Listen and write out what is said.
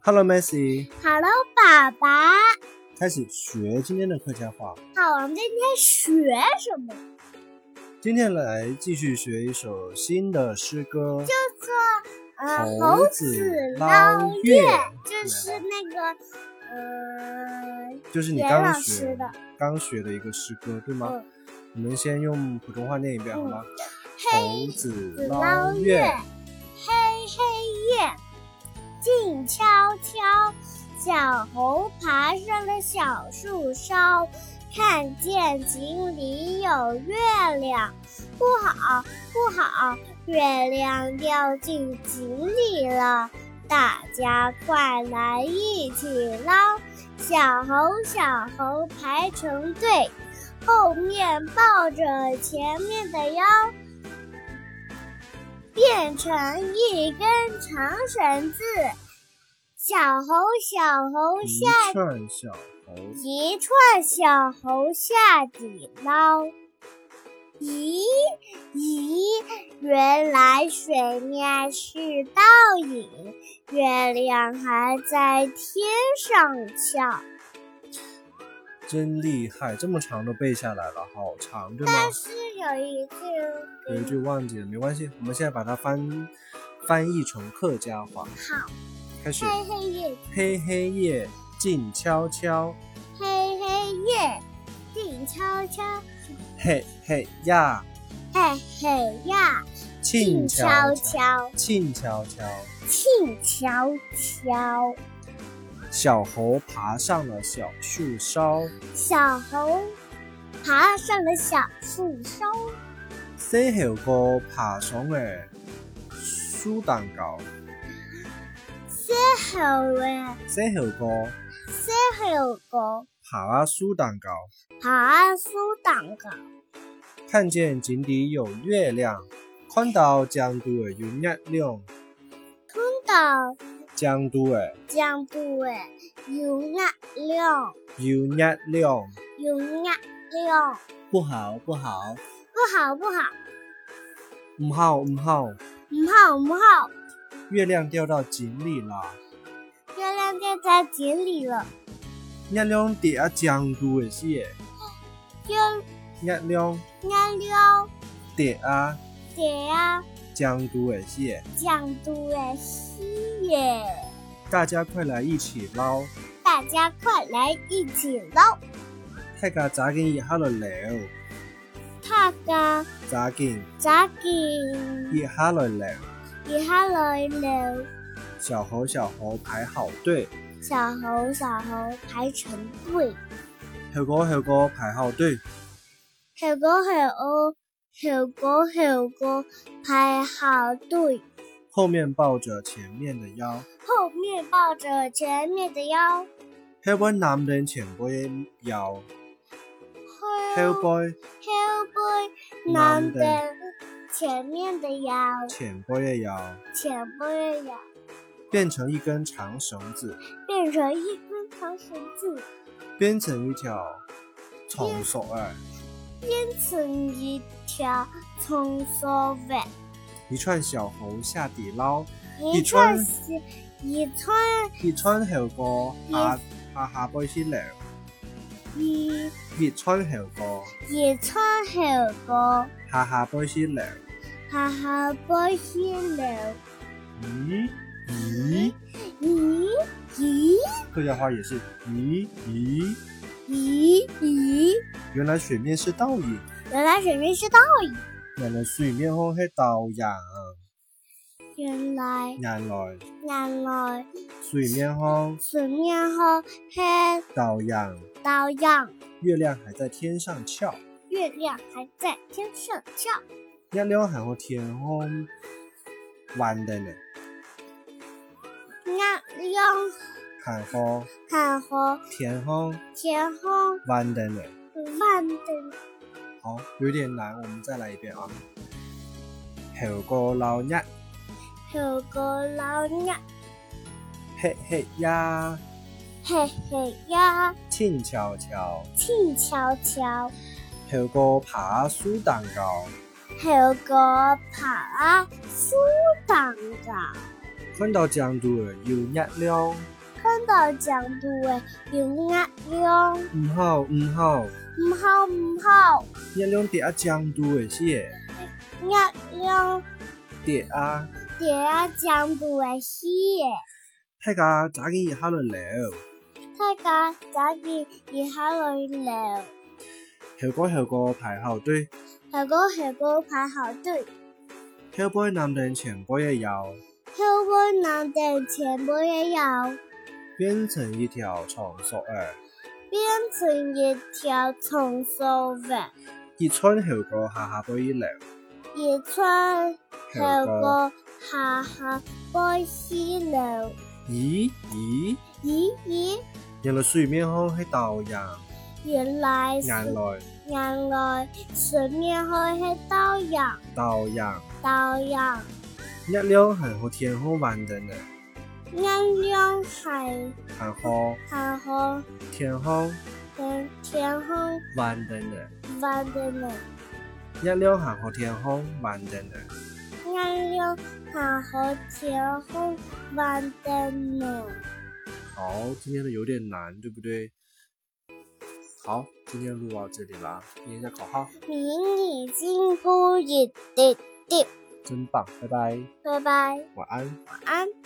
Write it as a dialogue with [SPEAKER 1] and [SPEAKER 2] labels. [SPEAKER 1] Hello, Messi，
[SPEAKER 2] Hello，爸爸。
[SPEAKER 1] 开始学今天的客家话。
[SPEAKER 2] 好，我们今天学什么？
[SPEAKER 1] 今天来继续学一首新的诗歌，
[SPEAKER 2] 这呃，
[SPEAKER 1] 猴
[SPEAKER 2] 猴
[SPEAKER 1] 子
[SPEAKER 2] 子
[SPEAKER 1] 捞
[SPEAKER 2] 捞
[SPEAKER 1] 月
[SPEAKER 2] 月，这是那个呃，
[SPEAKER 1] 就是你
[SPEAKER 2] 袁
[SPEAKER 1] 刚
[SPEAKER 2] 老
[SPEAKER 1] 学
[SPEAKER 2] 师的
[SPEAKER 1] 刚学的一个诗歌，对吗？
[SPEAKER 2] 嗯
[SPEAKER 1] 我们先用普通话念一遍好吗？猴子
[SPEAKER 2] 子
[SPEAKER 1] 捞
[SPEAKER 2] 捞
[SPEAKER 1] 月
[SPEAKER 2] 月，，黑黑夜，静悄悄。小猴爬上了小树梢，看见井里有月亮，不好不好，月亮掉进井里了！大家快来一起捞！小猴小猴排成队，后面抱着前面的腰。变成一根长绳子。小猴，小猴
[SPEAKER 1] 一
[SPEAKER 2] 下
[SPEAKER 1] 串小猴，
[SPEAKER 2] 一串小猴下底捞。咦咦，原来水面是倒影，月亮还在天上翘。
[SPEAKER 1] 真厉害，这么长都背下来了，好长，对吗？
[SPEAKER 2] 但是有一句
[SPEAKER 1] 有一句忘记了，没关系，我们现在把它翻翻译成客家话，
[SPEAKER 2] 好，
[SPEAKER 1] 开始。
[SPEAKER 2] 黑黑夜，
[SPEAKER 1] 黑黑夜静悄悄，
[SPEAKER 2] 黑黑夜，静悄悄，
[SPEAKER 1] 嘿嘿呀，
[SPEAKER 2] 嘿嘿呀，
[SPEAKER 1] 静
[SPEAKER 2] 悄
[SPEAKER 1] 悄悄，
[SPEAKER 2] 悄，
[SPEAKER 1] 静悄悄。
[SPEAKER 2] 静悄悄。
[SPEAKER 1] 小猴爬上了小树梢，
[SPEAKER 2] 小猴爬上了小树梢，
[SPEAKER 1] 细猴哥爬上了树蛋糕，
[SPEAKER 2] 小猴啊，
[SPEAKER 1] 细猴哥
[SPEAKER 2] 小猴哥
[SPEAKER 1] 爬啊树蛋糕，
[SPEAKER 2] 爬树蛋糕，
[SPEAKER 1] 看见井底有月亮，看到江都的有月亮，
[SPEAKER 2] 看到
[SPEAKER 1] 江都的
[SPEAKER 2] 江都的有月亮，
[SPEAKER 1] 有月亮，
[SPEAKER 2] 有月亮，
[SPEAKER 1] 不好不好，
[SPEAKER 2] 不好不好，
[SPEAKER 1] 唔好唔好，
[SPEAKER 2] 唔好唔好，
[SPEAKER 1] 月亮掉到井里了。
[SPEAKER 2] 月亮掉在井里了，
[SPEAKER 1] 月亮伫啊江都的是耶，
[SPEAKER 2] 月
[SPEAKER 1] 月亮
[SPEAKER 2] 月亮
[SPEAKER 1] 伫啊
[SPEAKER 2] 在啊
[SPEAKER 1] 江都的是耶，
[SPEAKER 2] 江都的西耶，
[SPEAKER 1] 大家快来一起捞，
[SPEAKER 2] 大家快来一起捞，
[SPEAKER 1] 大家早紧一下就了，
[SPEAKER 2] 大家
[SPEAKER 1] 早紧
[SPEAKER 2] 抓紧。
[SPEAKER 1] 一下就了。
[SPEAKER 2] 接下来了，
[SPEAKER 1] 小猴小猴排好队，
[SPEAKER 2] 小猴小猴排成队，
[SPEAKER 1] 猴哥猴哥排好队，
[SPEAKER 2] 猴哥猴哥猴哥猴哥排好队，
[SPEAKER 1] 后面抱着前面的腰。
[SPEAKER 2] 后面抱着前面的腰，
[SPEAKER 1] 后背男人前辈的腰，后
[SPEAKER 2] 后
[SPEAKER 1] 背
[SPEAKER 2] 背
[SPEAKER 1] 男
[SPEAKER 2] 男
[SPEAKER 1] 的
[SPEAKER 2] 的前面的腰，
[SPEAKER 1] 前辈的腰
[SPEAKER 2] 前背的腰
[SPEAKER 1] 变成一根长绳子，
[SPEAKER 2] 变成一根长绳子，
[SPEAKER 1] 编成一条长索哎，
[SPEAKER 2] 变成一条长索尾，
[SPEAKER 1] 一串小猴下底捞。一
[SPEAKER 2] 一
[SPEAKER 1] 串
[SPEAKER 2] 串是一串
[SPEAKER 1] 热春效果下下下背先凉，
[SPEAKER 2] 一。
[SPEAKER 1] 热春效果
[SPEAKER 2] 野餐猴哥，
[SPEAKER 1] 下下背先凉。
[SPEAKER 2] 哈哈波西流，
[SPEAKER 1] 咦咦，
[SPEAKER 2] 咦咦
[SPEAKER 1] 客家话也是咦咦，
[SPEAKER 2] 咦咦，
[SPEAKER 1] 原来水面是倒影，
[SPEAKER 2] 原来水面是倒影，
[SPEAKER 1] 原来水面后是倒影，
[SPEAKER 2] 原来
[SPEAKER 1] 原来
[SPEAKER 2] 原来
[SPEAKER 1] 水面后
[SPEAKER 2] 水面后是
[SPEAKER 1] 倒影，
[SPEAKER 2] 倒影，
[SPEAKER 1] 月亮还在天上翘，
[SPEAKER 2] 月亮还在天上翘，
[SPEAKER 1] 月亮还和天空弯的呢，
[SPEAKER 2] 月亮
[SPEAKER 1] 看和
[SPEAKER 2] 看和
[SPEAKER 1] 天空
[SPEAKER 2] 天空
[SPEAKER 1] 弯的呢。
[SPEAKER 2] 万的
[SPEAKER 1] 好，有点难，我们再来一遍啊。后个老日。
[SPEAKER 2] 猴哥老鸟，
[SPEAKER 1] 嘿嘿呀，
[SPEAKER 2] 嘿嘿呀，
[SPEAKER 1] 静悄悄，
[SPEAKER 2] 静悄悄，
[SPEAKER 1] 猴哥爬树蛋糕，
[SPEAKER 2] 猴哥爬树蛋糕。
[SPEAKER 1] 看到象度兒要一溜，
[SPEAKER 2] 看到象度兒要一溜，
[SPEAKER 1] 唔好唔好，
[SPEAKER 2] 唔好唔好，
[SPEAKER 1] 一溜跌啊象度兒先，
[SPEAKER 2] 一溜
[SPEAKER 1] 跌啊，
[SPEAKER 2] 跌啊象度兒死。
[SPEAKER 1] 大家早啲下落了，
[SPEAKER 2] 大家早啲熱下來聊，
[SPEAKER 1] 後果後果排後隊，
[SPEAKER 2] 如果係個排後隊，
[SPEAKER 1] 後輩男定前啊輩一有，
[SPEAKER 2] 香港男定前輩也有。
[SPEAKER 1] 變成一條長索兒，
[SPEAKER 2] 變成一條長壽魚，
[SPEAKER 1] 熱春後果下下輩一流，
[SPEAKER 2] 而穿
[SPEAKER 1] 後
[SPEAKER 2] 後
[SPEAKER 1] 果，
[SPEAKER 2] 個下下波斯流。
[SPEAKER 1] 咦咦，
[SPEAKER 2] 咦咦，
[SPEAKER 1] 原來水面看係豆人，
[SPEAKER 2] 原來是
[SPEAKER 1] 原來
[SPEAKER 2] 原來水面開係刀人，
[SPEAKER 1] 豆人，
[SPEAKER 2] 刀人
[SPEAKER 1] 一溜係好天好穩定嘅，
[SPEAKER 2] 啱啱係
[SPEAKER 1] 行好
[SPEAKER 2] 下空
[SPEAKER 1] 天好
[SPEAKER 2] 天天空
[SPEAKER 1] 穩定嘅。
[SPEAKER 2] 翻嘅嚟。
[SPEAKER 1] 一溜行好天空，慢定定。
[SPEAKER 2] 啱啱下好天空翻嘅嚟。
[SPEAKER 1] 好，今天的有点难，对不对？好，今天录到这里啦，念一下口号，
[SPEAKER 2] 明年金铺熱跌跌，
[SPEAKER 1] 真棒，拜拜，
[SPEAKER 2] 拜拜，
[SPEAKER 1] 晚安。
[SPEAKER 2] 晚安。